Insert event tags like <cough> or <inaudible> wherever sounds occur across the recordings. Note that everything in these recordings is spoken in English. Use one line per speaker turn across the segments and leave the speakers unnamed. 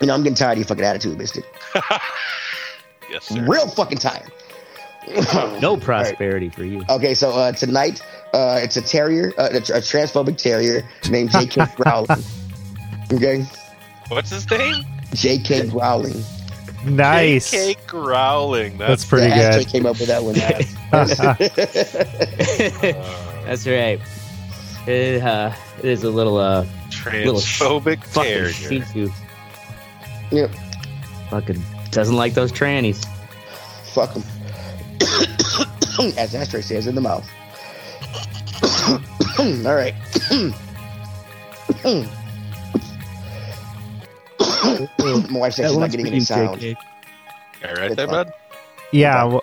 You know, I'm getting tired of your fucking attitude, Mister.
yes, sir.
Real fucking tired.
No prosperity for you.
Okay, so uh, tonight uh, it's a terrier, uh, a, tr- a transphobic terrier named J.K. Rowling. Okay,
What's his name?
J.K. Rowling.
Nice.
J.K. Growling. That's,
That's pretty
yeah, Ashley
good.
came up with that one. <laughs>
<laughs>
uh,
<laughs> That's right. It, uh, it is a little uh
transphobic
fucking
terrier.
shih tzu.
yep,
Fucking doesn't like those trannies.
fuck 'em. <coughs> As Ashtray says in the mouth. <coughs> All right. <coughs> My wife's actually not getting any sound.
All right, there, bud.
Yeah. w-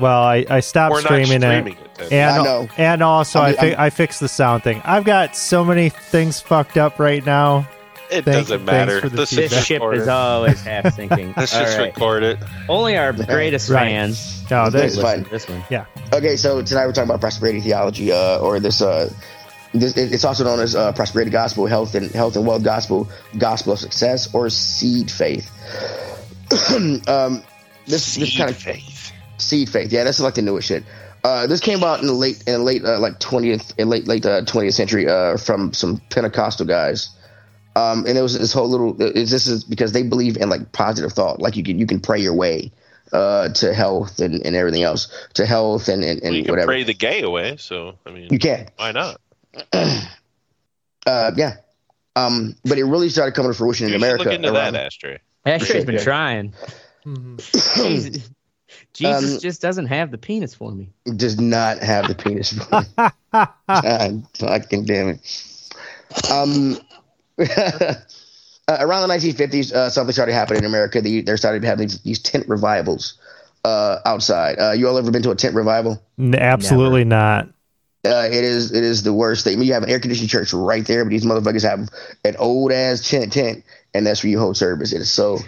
Well, I, I stopped
We're not
streaming it.
streaming it. then.
And,
I know.
and also,
I
I,
mean,
fi- I fixed the sound thing. I've got so many things fucked up right now.
it
thank-
doesn't
thanks
matter.
for the
This
This
is
feedback.
ship
recorded.
is always half <laughs> sinking.
Let's
All
just
right.
record it.
Only our greatest
Right.
fans.
No,
That's
there's
listen
fine.
to This one.
Okay, so tonight we're talking about prosperity theology, uh, or this, uh, this it- it's also known as uh, prosperity gospel, health and health and wealth gospel, gospel of success, or seed faith. <clears throat> um, this this kind of
faith.
seed faith, yeah, that's like the newest shit. Uh, this came out in the late in the late uh, like twentieth in late late twentieth century uh, from some Pentecostal guys. Um, and it was this whole little. It's, this is because they believe in like positive thought, like you can you can pray your way uh, to health and, and everything else, to health and and, and
You can
whatever. Hmm.
pray the gay away. So I mean,
You can.
why not?
Uh, yeah. Um, but it really started coming to fruition in
You should
America.
Look into
around-
that, Ashtray.
Asher's been
Yeah.
trying. <laughs> Um, Jesus, Jesus
Um,
just doesn't have the penis for me.
Does not have the
<laughs>
penis. God fucking damn it. Um, <laughs> uh, around the 1950s, uh, something started happening in America. The, they started having these, these tent revivals uh, outside. Uh, you all ever been to a tent revival?
N- absolutely not.
Uh, it is it is the worst thing. You have an air conditioned church right there, but these motherfuckers have an old ass tent tent, and that's where you hold service. It is so.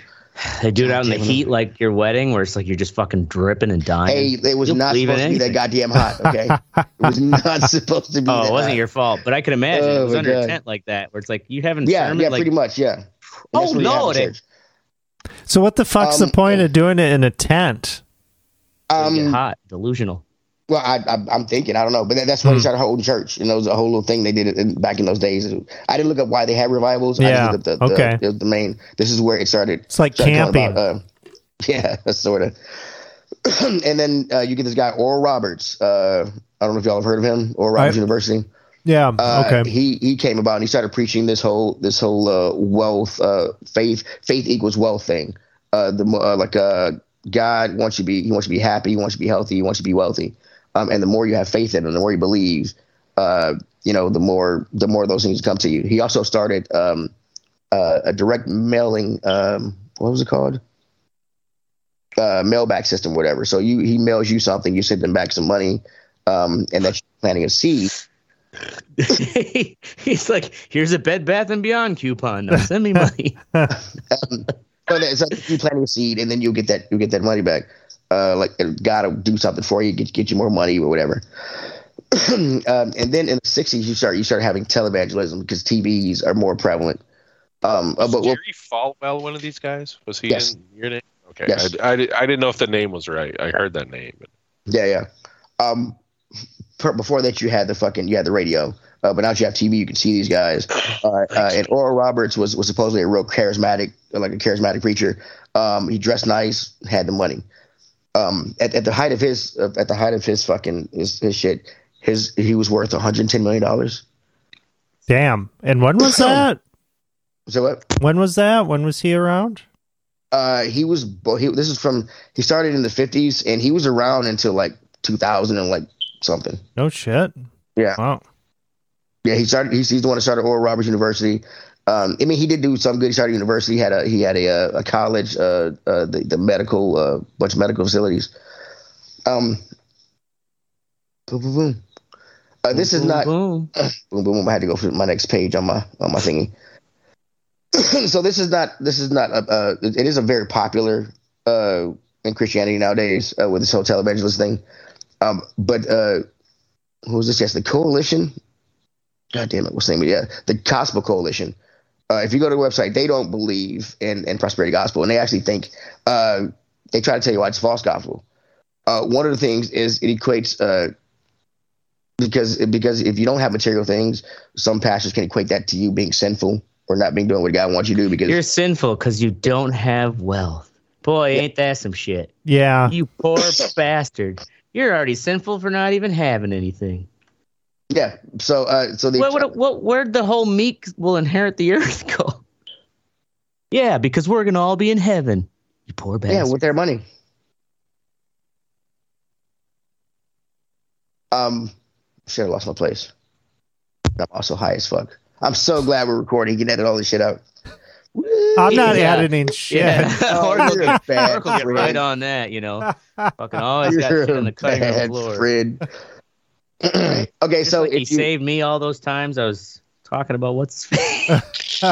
They do it out in the
Damn it.
heat like your wedding, where it's like you're just fucking dripping and dying.
Hey, it was
You'll
not
believe in
supposed to be that
anything.
goddamn hot. Okay,
<laughs>
it was not <laughs> supposed to be.
oh,
that
it wasn't
hot.
your fault, but I could imagine
Oh,
it was
my
under
God.
a tent like that, where it's like you haven't
Yeah,
sermon,
yeah,
like
pretty much. Yeah. And
Oh,
that's what we
no,
have in
it
church.
So, what the fuck's
Um,
the point of doing it in a tent?
you get
Um,
hot, delusional. <laughs>
Well, I, I, I'm thinking, I don't know, but that, that's why
Hmm.
they started holding church, and that was a whole little thing they did in, back in those days. I didn't look up why they had revivals.
Yeah,
I just looked up the,
okay.
the, the main. This is where it started.
It's like
started talking
camping.
about, uh, <laughs> yeah, sort of. <clears throat> and then uh, you get this guy Oral Roberts. Uh, I don't know if y'all have heard of him. Oral Roberts
I-
University.
yeah.
Uh,
okay.
He he came about and he started preaching this whole this whole uh, wealth uh, faith faith equals wealth thing. Uh, the more uh, like uh, God wants you to be he wants you to be happy, he wants you to be healthy, he wants you to be wealthy. Um, and the more you have faith in him, the more you believe, uh, you know, the more the more those things come to you. He also started um, uh, a direct mailing. Um, what was it called? Uh, mailback system, whatever. So you he mails you something, you send him back some money, um, and that's planting a seed.
He's like, here's a Bed Bath and Beyond coupon. Now
<laughs>
send me money.
So that- it's like you plant a seed and then you'll get that you'll get that money back. Uh, like God will do something for you, get get you more money or whatever. <clears throat> um, and then in the sixties, you start you start having televangelism because TVs are more prevalent. Um, uh, but
Was
well,
Jerry Falwell one of these guys? Was he
Yes.
in your name? Okay,
Yes.
I, I, di- I didn't know if the name was right. I heard that name. but-
yeah, yeah. Um, per, before that, you had the fucking you had the radio, uh, but now that you have TV, you can see these guys. Uh, uh, and Oral Roberts was was supposedly a real charismatic, like a charismatic preacher. Um, he dressed nice, had the money. um, at, at the height of his uh, at the height of his fucking his, his shit, his he was worth 110 million dollars.
Damn. And when
<coughs>
was
Um,
that?
So what?
When was that? When was he around?
Uh, he was bo- he, this is from he started in the 50s and he was around until like 2000 and like something.
No shit.
Yeah.
Wow.
Yeah, he started. He's, he's the one that started Oral Roberts University. Um, I mean, he did do some good. He started university. He had a he had a uh, a college, uh, uh, the the medical uh, bunch of medical facilities. Um, boom, boom, boom. Uh, this is
Boom,
not
boom.
boom, boom, boom. I had to go for my next page on my on my thingy. <clears throat> so this is not this is not a, uh, it it is a very popular uh, in Christianity nowadays uh, with this whole televangelist thing. Um, but uh, who was this? Yes, the coalition. God damn it, what's the name? Yeah, the Gospel Coalition Uh, if you go to the website, they don't believe in, in prosperity gospel, and they actually think uh, they try to tell you why it's false gospel. Uh, one of the things is it equates uh, because because if you don't have material things, some pastors can equate that to you being sinful or not being doing what God wants you to do. Because
You're sinful because you don't have wealth. Boy, ain't that some shit.
Yeah.
You poor
<coughs>
bastard. You're already sinful for not even having anything.
yeah, so uh, so they
What, what, what, where'd the whole meek will inherit the earth <laughs> go? Yeah, because we're going to all be in heaven. You poor bastard.
yeah with their money. Um, shit, I lost my place. I'm also high as fuck. I'm so glad we're recording. You can edit all this shit out.
I'm
<laughs>
not
Yeah.
editing shit.
Yeah. <laughs> Oracle,
Oh, you're a bad
Oracle get
friend.
right on that, you
<laughs>
know. Fucking always got
You're
shit on
a
the cutting room
bad
floor.
friend. <clears throat> okay,
Just
so
like he
if you,
saved me all those times I was talking about what's <laughs>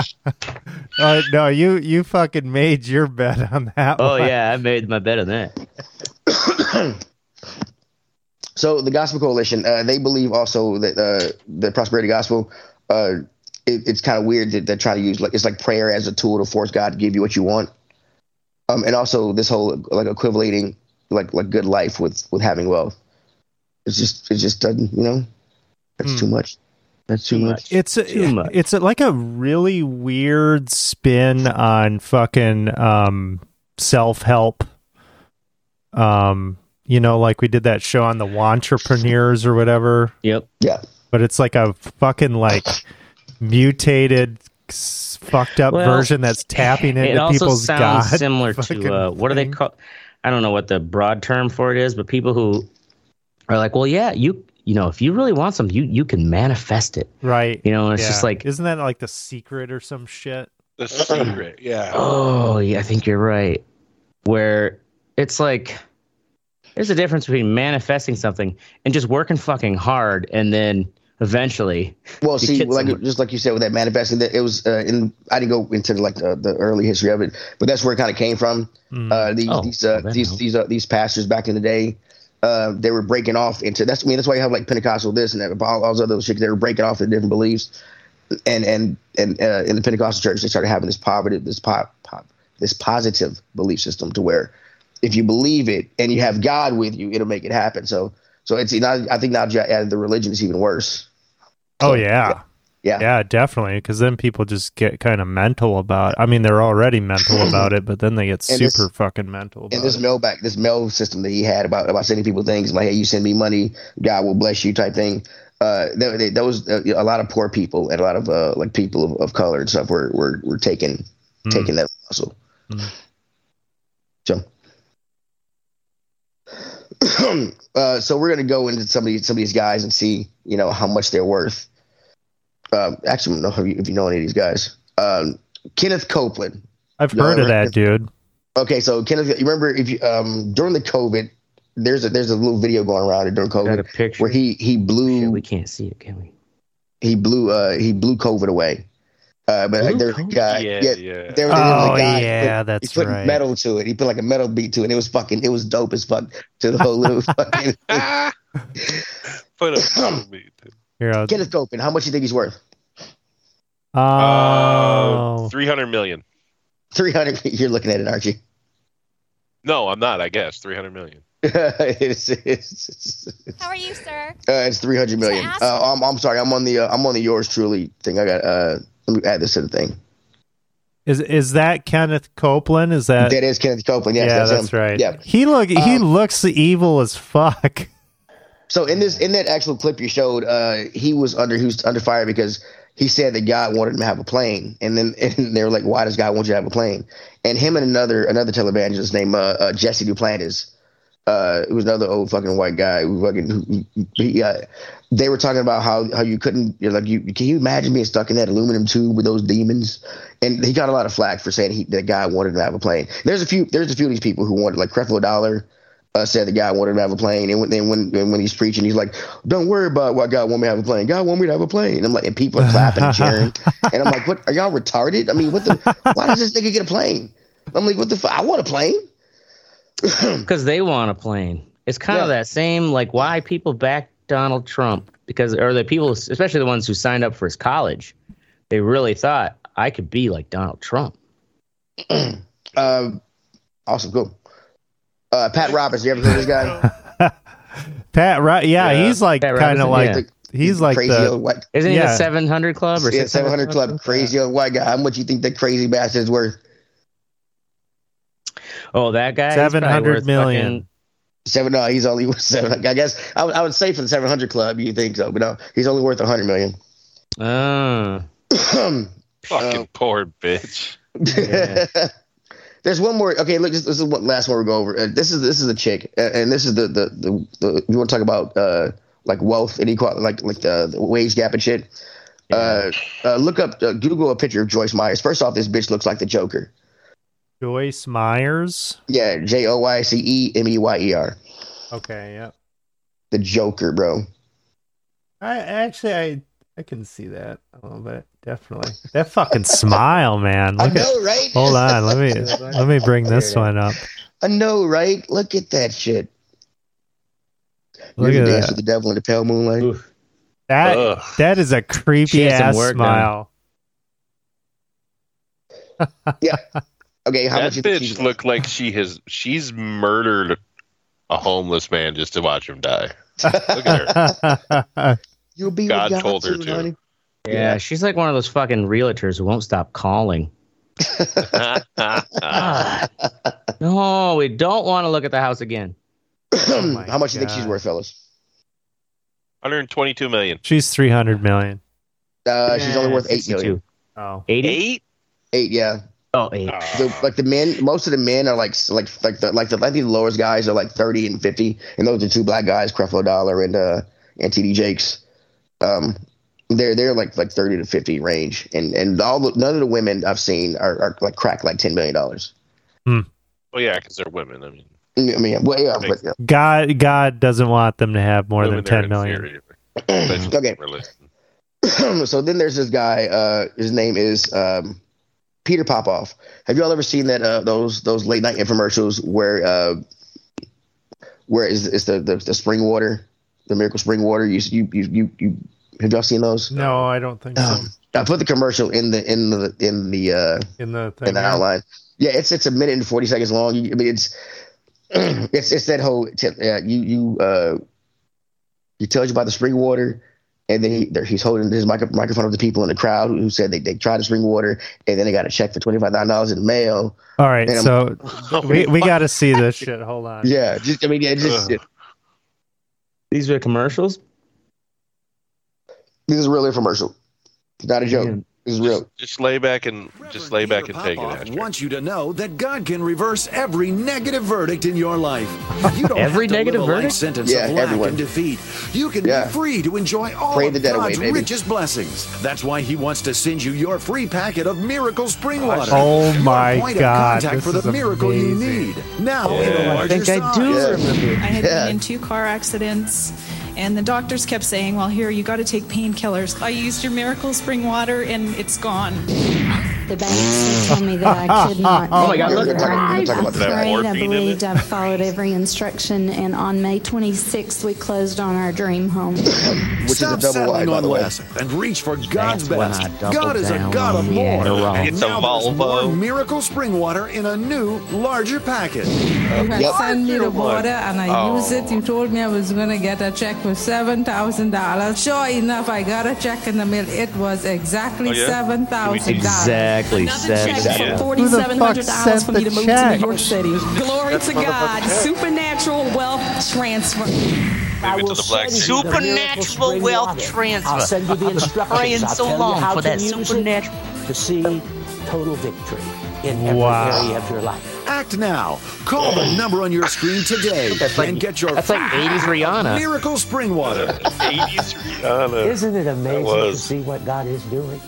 Uh, no, you you fucking made your bet on that
Oh
one.
yeah, I made my bet on that.
<coughs> so the Gospel Coalition, uh, they believe also that uh, the prosperity gospel. Uh, it, it's kind of weird that they're trying to use like it's like prayer as a tool to force God to give you what you want. Um, and also this whole like equivalating like like good life with with having wealth. It's just it just doesn't you know. That's
Hmm.
too much. That's too,
Too
much.
much.
It's a,
Too much.
it's a, like a really weird spin on fucking um, self help. Um, you know, like we did that show on the entrepreneurs or whatever,
Yep.
Yeah.
but it's like a fucking like mutated, s- fucked up
Well,
version that's tapping into
It also
people's god. <laughs>
sounds similar
fucking
to uh, what do they
thing.
call? I don't know what the broad term for it is, but people who are like, well, yeah, you you know, if you really want something, you you can manifest it.
right?
You know, and it's
Yeah.
just like,
isn't that like the secret or some shit?
The secret, yeah.
oh, yeah, I think you're right. Where it's like, there's a difference between manifesting something and just working fucking hard, and then eventually,
Well,
The
see,
kids
like
somewhere.
just like you said with that manifesting, that it was. Uh, in I didn't go into like uh, the, the early history of it, but that's where it kind of came from.
Mm.
Uh, these
Oh,
these uh,
well, that
these
helps.
these uh, these pastors back in the day, uh, they were breaking off into. That's I mean that's why you have like Pentecostal this and that, but all, all those other shit. They were breaking off into different beliefs, and and and uh, in the Pentecostal church, they started having this poverty, this pop, pop, this positive belief system to where if you believe it and you have God with you, it'll make it happen. So so it's not. I think now you add the religion is even worse.
Oh yeah.
Yeah.
Yeah, definitely. Because then people just get kind of mental about. I mean, they're already mental about it, but then they get
Hmm. And
super
this-
fucking mental. About
and this
it.
mail back, this mail system that he had about about sending people things like, hey, you send me money, God will bless you type thing. Uh, th th- those uh, a lot of poor people and a lot of uh, like people of, of color and stuff were were, were taking
Mm.
taking that muscle.
Mm.
So, <clears throat> uh, so we're gonna go into some of these, some of these guys and see you know how much they're worth. Um, actually, I don't know if you, if you know any of these guys. Um, Kenneth Copeland,
I've
No,
heard of
right.
that, dude.
Okay, so Kenneth, you remember if you um during the COVID, there's a there's a little video going around during
got
COVID
a picture.
where he he
Shit,
blew
we can't see it, can we?
he blew uh he blew COVID away. Uh, but like,
Blew
there's a
COVID?
guy, yeah,
yeah,
there,
yeah.
there was
Oh
a guy.
yeah,
He
that's
put
right.
metal to it. He put like a metal beat to it. And it was fucking. It was dope as fuck. To the whole
<laughs>
little fucking
<laughs> Ah! Put up me.
Here, I'll-
Kenneth Copeland. How much you think he's worth?
oh,
Oh,
Uh, three hundred million.
Three hundred. <laughs> You're looking at it, aren't you?
No, I'm not. I guess three hundred million.
it's, it's,
How are you, sir?
Uh, it's three hundred million.
To ask-
Uh, I'm, I'm sorry. I'm on the uh, I'm on the yours truly thing. I got. Uh, let me add this to the thing.
is is that Kenneth Copeland? Is that?
that is Kenneth Copeland. Yes,
Uh, yeah,
that's,
that's,
him.
right.
Yeah.
He look he
Um,
looks evil as fuck. <laughs>
So in this in that actual clip you showed, uh, he was under he was under fire because he said that God wanted him to have a plane, and then <laughs> and they were like, "Why does God want you to have a plane?" And him and another another televangelist named uh, uh, Jesse Duplantis, uh, who was another old fucking white guy, who fucking who, who- he, uh, they were talking about how how you couldn't you're like you can you imagine being stuck in that aluminum tube with those demons, and he got a lot of flack for saying he, that God wanted him to have a plane. There's a few there's a few of these people who wanted like Creflo Dollar uh, said the guy wanted to have a plane, and when and when and when he's preaching, he's like, "Don't worry about why God want me to have a plane. God want me to have a plane." And I'm like, and people are clapping and cheering, and I'm like, "What are y'all retarded? I mean, what the? Why does this nigga get a plane?" I'm like, "What the? Fu- I want a plane."
Because they want a plane. It's kind of
Hmm. Yeah.
that same like why people back Donald Trump because or the people, especially the ones who signed up for his college, they really thought I could be like Donald Trump.
Um, awesome, cool. Uh, Pat Roberts, you ever heard of this guy?
Pat, right? Yeah,
Yeah.
he's like
Pat
kind
Robertson,
of <laughs> like
yeah.
he's like
crazy
the
old white,
Isn't he
Yeah.
the 700 Club or
yeah,
600
seven hundred club, crazy old white guy. How much you think that crazy bastard's worth?
Oh, that guy. he's probably
700
worth
million.
fucking-
Seven? No, he's only worth <laughs> seven. I guess I would, I would say for the seven hundred club, you think so? But no, he's only worth a hundred million.
Oh.
<clears throat>
Fucking
Uh,
poor bitch.
Yeah.
<laughs> There's one more. Okay, look, this, this is one last one we'll go over. Uh, this is this is a chick, uh, and this is the the the, the you want to talk about uh like wealth inequality, like like the, the wage gap and shit. Uh, uh, look up, uh, Google a picture of Joyce Myers. First off, this bitch looks like the Joker.
Joyce Myers.
Yeah, J O Y C E M E Y E R,
Okay, yeah.
the Joker, bro.
I actually I I can see that a little bit. Definitely. That fucking smile, man.
I
Look at
know, right?
Hold on,
<laughs>
let me let me bring this
Here it
one up.
I know, right? Look at that shit.
Look
you
at
dance with
that.
the devil in the pale moonlight.
Oof.
That
Ugh.
that is a
She
creepy
has some
ass
work done.
smile.
Okay, how
That
much you think
bitch
she's-
looked like she has she's murdered a homeless man just to watch him die. <laughs> Look at her.
You'll be
God
with God
told her
soon, <clears throat>
to.
honey.
Yeah, she's like one of those fucking realtors who won't
<laughs>
stop calling.
<laughs>
Ah. no, we don't want to look at the house again.
<clears throat> Oh
how much you think she's
God.
worth, fellas?
122 million.
<laughs> She's three hundred million.
Uh, she's only
Yeah,
worth eight
62.
million.
Oh.
80?
Eight?
Eight, yeah.
Oh, eight.
The, like the men, most of the men are like like like the like the I think the lowest guys are like thirty and fifty, and those are two black guys, Creflo Dollar and uh and TD Jakes. Um, they're they're like like thirty to fifty range, and and all the, none of the women I've seen are, are like crack like ten million dollars.
Well, yeah, because they're women. I mean,
I mean, well, yeah, but, yeah.
God God doesn't want them to have more than
women are
ten million.
inferior,
<clears throat>
especially
Okay.
for
<clears throat>
listening.
so then there's this guy. Uh, his name is um, Peter Popoff. Have you all ever seen that uh, those those late night infomercials where uh, where is is the, the the spring water, the miracle spring water? You you you you, you have y'all seen those?
No, I don't think so.
Um, I put the commercial in the in the in the uh,
In the thing.
in the
yeah.
outline. Yeah, it's it's a minute and forty seconds long. You, I mean, it's <clears throat> it's it's that whole tip, yeah, you you uh he tells you about the spring water, and then he there, he's holding his micro, microphone up to people in the crowd who said they, they tried the spring water, and then they got a check for twenty five thousand dollars in the mail.
All right,
And I'm-
so
<laughs>
Oh,
we, we got to see this shit. Hold on.
Yeah, just I mean, yeah, just
Ugh.
These are commercials?
this is a real infomercial. It's not a joke.
Man.
This is
just,
real.
just lay back and just lay back
Peter
and take it,
Popoff
Astro.
wants you to know that God can reverse every negative verdict in your life. You don't
Every
have to
negative
live a life
verdict?
sentence
Yeah,
of lack
everyone.
and defeat. You can
Yeah.
be free to enjoy all
Pray the
of
debt away,
God's
baby.
richest blessings. That's why He wants to send you your free packet of miracle spring water.
Oh
Your
my
point
God,
of contact
this
for the
is
miracle you
amazing.
need now in a
Yeah. I
larger
I think I
size.
do
Yeah.
remember.
I had
Yeah.
been in two car accidents, and the doctors kept saying, Well, here, you got to take painkillers. I used your miracle spring water, and it's gone.
The banks told me that I could not.
Oh my God, look at
I
that. Look at that
prayed, I
morphine in
believed,
it.
I followed every instruction, and on May 26th, we closed on our dream home.
Which
Stop
is a double
settling
wide, by
on
the way.
less and reach for God's
when
best.
I double
God is a
down
God of
on the
more.
Adderall.
And
It's a
now there's more
Volvo.
miracle spring water in a new, larger packet.
My
Yep.
son need a water and
Oh.
I use it. You told me I was going to get a check for $7,000. Sure enough, I got a check in the mail. It was exactly
Oh, yeah?
$7,000.
Exactly.
Another check
Seth.
Yeah.
for
Who the fuck
$4,700 for
sent
me to
the
move
check?
to New York City. Glory to God. Supernatural wealth transfer.
Maybe to the black chick.
supernatural wealth transfer. I'll send you the instructions.
Praying
I'll
so
tell you
long
how
for
to
that
use it
supernatural-
to see total victory in every
Wow.
area of your life.
Act now. Call the number on your screen
<laughs>
today
like-
and get your
That's
<laughs>
like 80s Rihanna.
miracle spring water.
80s Rihanna.
Isn't it amazing to
was.
see what God is doing?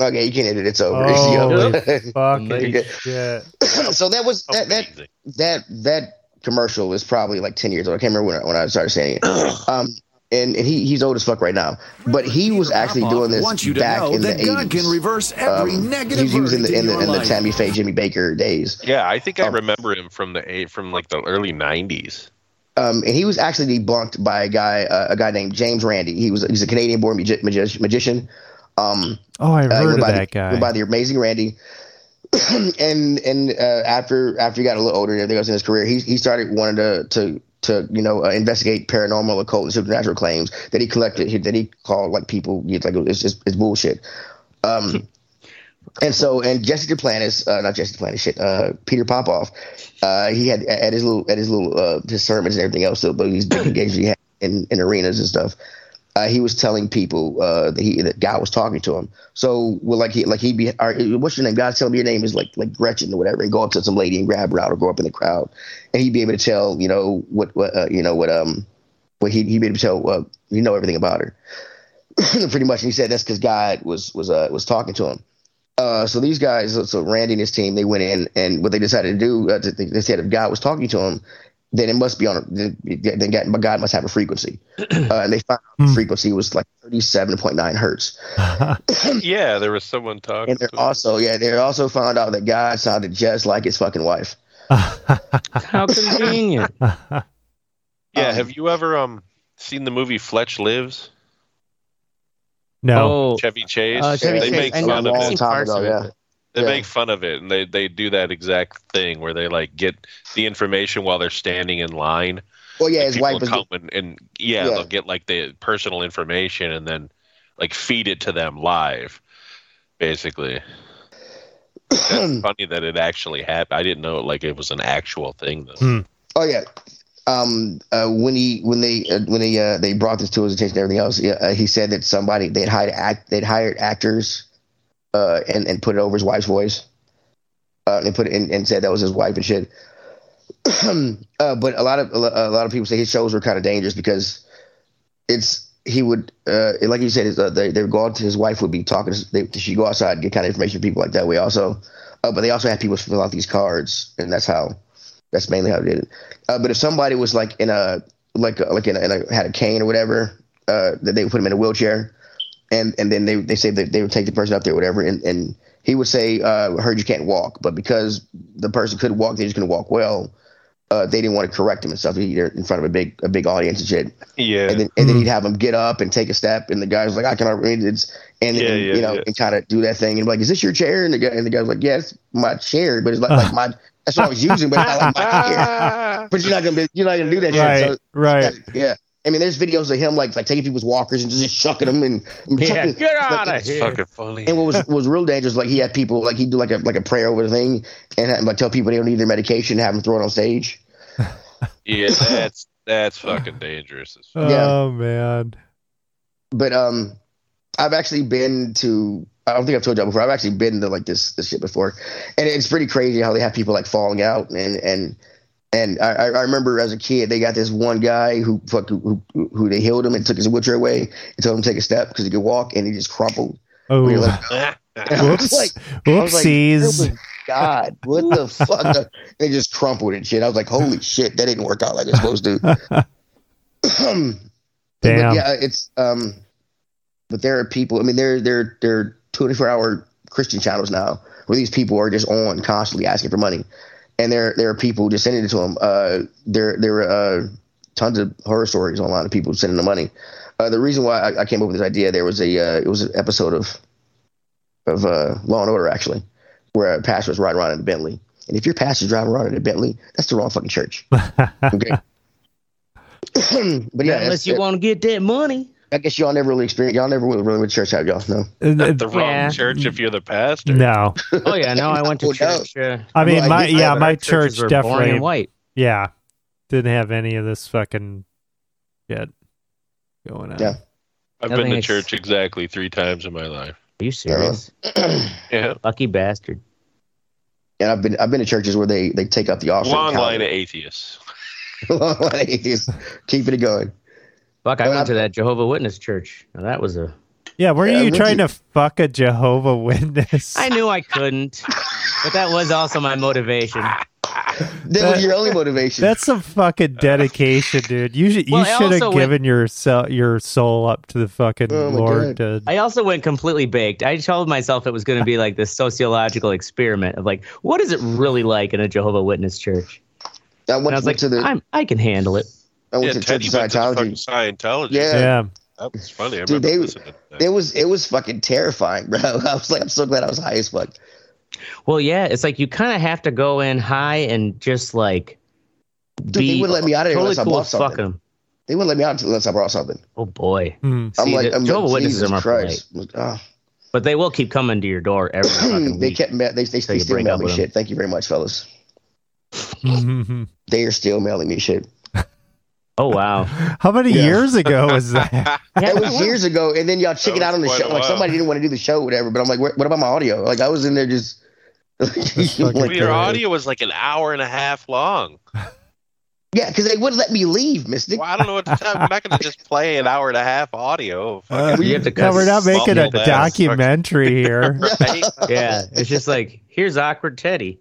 Okay, you can't edit it. It's over. <laughs>
Holy
It's the
fucking
Amazing.
shit.
other- so that was that, that
Amazing.
that that commercial is probably like 10 years old. I can't remember when I, when I started saying it. Um, and, and he he's old as fuck right now, but he was actually doing this
Wants you to
back
know
in the
that God can
80s.
reverse every
Um,
negative
he was in the
verdict
in the,
your
in the
life.
Tammy Faye Jimmy Baker days,
Yeah, I think I
Um,
remember him from the eight from like the
<clears throat>
early '90s.
um, and he was actually debunked by a guy uh, a guy named James Randy. He was he's a Canadian born magi- magi- magician. Um,
Oh, I've
uh,
heard
went
of
by the-
that guy.
went by the amazing Randy. <clears throat> and and uh, after after he got a little older and everything else in his career, he he started wanting to to to you know uh, investigate paranormal, occult, and supernatural claims that he collected he- that he called like people it's like it's just it's bullshit.
<laughs>
Um, and so and Jesse Duplantis, uh, not Jesse Duplantis, shit, uh, Peter Popoff, uh, he had at his little at his little uh, his sermons and everything else, so, but these
<clears throat>
big engagements he had in, in arenas and stuff uh, he was telling people uh, that he that God was talking to him. So well, like he like he'd be or, what's your name? God's telling me your name is like like Gretchen or whatever, and go up to some lady and grab her out or go up in the crowd, and he'd be able to tell you know what what uh, you know what um what he he'd be able to tell uh, you know everything about her, <clears throat> pretty much. And he said that's because God was was uh, was talking to him. Uh, so these guys, so- so Randy and his team, they went in, and what they decided to do, uh, they- they said if God was talking to him, then it must be on a, then then God God must have a frequency, <clears throat> uh, and they found the
Hmm.
frequency was like thirty-seven point nine hertz.
Yeah, there was someone talking.
And they're
to him.
also, yeah, they also found out that God sounded just like his fucking wife.
How convenient.
Yeah,
um,
have you ever um seen the movie Fletch Lives?
<laughs> no.
Oh,
Chevy Chase.
uh, Chevy
they
Chase.
make
I
know,
fun of
I've
it.
seen time ago, yeah.
They
Yeah.
make fun of it, and they they do that exact thing where they like get the information while they're standing in line.
Well, yeah,
Like,
his
people
wife was.
come and, and yeah,
Yeah.
they'll get like the personal information and then like feed it to them live, basically. That's
<clears throat>
funny that it actually happened. I didn't know like it was an actual thing though.
Oh yeah, um, uh, when he when they uh, when they uh, they brought this to his attention and everything else, yeah, uh, he said that somebody they'd hired act they'd hired actors, uh, and and put it over his wife's voice, uh, and put it in, and said that was his wife and shit. <clears throat> uh, but a lot of a lo- a lot of people say his shows were kind of dangerous because it's he would uh, like you said his, uh, they they would go out to his wife would be talking to- they, she'd go outside and get kind of information from people like that way also, uh, but they also had people fill out these cards and that's how that's mainly how they did it. Uh, but if somebody was like in a like a, like in a, in a had a cane or whatever, uh, that they would put him in a wheelchair, and and then they they say that they would take the person up there or whatever, and and he would say, uh, "Heard you can't walk," but because the person could walk, they just couldn't walk well. Uh, they didn't want to correct him and stuff either in front of a big a big audience and shit.
Yeah.
And then and
Mm.
then he'd have him get up and take a step, and the guy was like, "I cannot read it," and,
Yeah,
and,
yeah,
you know
yeah.
and kind of do that thing and be like, "Is this your chair?" And the guy and the guy's like, "Yes, my chair," but it's like, like my that's what I was using, but it's not like my chair
<laughs>
but you're not gonna be, you're not gonna do that
right,
shit. So,
right.
yeah. I mean, there's videos of him like like taking people's walkers and just shucking them and, and
yeah.
chucking-
Get out
like,
of here.
Fucking funny.
And what
<laughs>
was what was real dangerous, like he had people like he'd do like a like a prayer over the thing and have, like tell people they don't need their medication, have them throw it on stage. <laughs>
Yeah, that's that's fucking dangerous. as <laughs> fuck.
Oh man.
But um, I've actually been to I don't think I've told y'all before. I've actually been to like this this shit before, and it's pretty crazy how they have people like falling out and and and I, I I remember as a kid they got this one guy who fuck who, who who they healed him and took his wheelchair away and told him to take a step because he could walk and he just crumpled.
Oh.
We were like, <laughs>
<laughs>
I was
Whoops.
like- I was like,
Whoopsies.
"Oh my God, what the
<laughs>
fuck? They just crumpled and shit. I was like, holy shit, that didn't work out like it's supposed to. <clears throat>
Damn.
But yeah, it's um, but there are people. I mean, there there there are twenty four hour Christian channels now where these people are just on constantly asking for money, and there there are people just sending it to them. Uh, there there are uh, tons of horror stories online of people sending the money. Uh, the reason why I, I came up with this idea, there was a uh, it was an episode of of uh, Law and Order actually, where a pastor was riding around in a Bentley. And if your pastor's driving around in a Bentley, that's the wrong fucking church.
<laughs>
Okay. <clears throat> but yeah,
Unless
that's-
you want to get
<laughs>
that money.
I guess y'all never really experienced. Y'all never really went to church, have y'all? No.
Uh,
the wrong
Yeah.
church if you're the pastor.
<laughs> no.
Oh yeah, no, I went to
Oh, no.
church. Uh,
I mean
Well, I
my
did-
yeah,
but
my
our churches
church
were boring
definitely
and white.
yeah. Didn't have any of this fucking shit going on.
Yeah.
I've
Nothing
been to
ex-
church exactly three times in my life.
Are you serious?
Uh-huh.
Yeah.
Lucky bastard.
And I've been I've been to churches where they they take up the offering.
Long line of atheists.
<laughs> Long line of atheists. Keep it going.
Fuck, I
Well,
went
I-
to that Jehovah Witness church. Now, that was a.
Yeah, were
Yeah,
you
would
trying
you-
to fuck a Jehovah <laughs> Witness?
I knew I couldn't, but that was also my motivation.
That, was your only motivation.
That's some fucking dedication, dude. You should
Well,
you
I
should
also went-
have given your soul your soul up to the fucking
Oh, my
Lord. To,
I also went completely baked. I told myself it was going to be like this sociological experiment of like, what is it really like in a Jehovah Witness church?
I went,
And I was
went
like,
to the
I'm, I can handle it.
I went
Yeah,
to Church
Teddy
of
went to the fucking
Scientology.
Scientology.
Yeah.
yeah,
That was funny. I
Dude,
remember
they-
listening to that.
It was it was fucking terrifying, bro. <laughs> I was like, I'm so glad I was high as fuck.
Well, yeah, it's like you kind of have to go in high and just like
Dude, they wouldn't let me out of there
totally
unless I
cool
bought
as fuck
something.
'em.
They wouldn't let me out until- unless I brought something.
Oh boy.
Hmm.
I'm
See,
like,
the
I'm
Jehovah's
like,
Witnesses
Jesus
are more
Christ. Ah.
But they will keep coming to your door
<clears throat>
every fucking
they
week.
kept ma- they they,
So
they
you
still
break
mail
up
me
with 'em.
shit. Thank you very much, fellas.
<laughs> How
They are still mailing me shit.
oh wow.
many
Yeah.
years ago
<laughs>
was that?
Yeah,
<laughs> That was years ago, and then y'all chicken
was
out on the
quite
show.
a
Like
while.
somebody didn't want to do the show, or whatever. But I'm like, what, what about my audio? Like I was in there just. <laughs>
fucking
Well,
like,
your
uh,
audio was like an hour and a half long.
yeah, because they wouldn't let me leave, Mystic.
Well, I don't know what to tell. I'm not going to just play an hour and a half audio. of
Uh,
fucking-
you have to
Yeah,
cut.
we're not making a
Small ass fucking- <laughs>
documentary here.
right?
yeah, it's just like here's awkward Teddy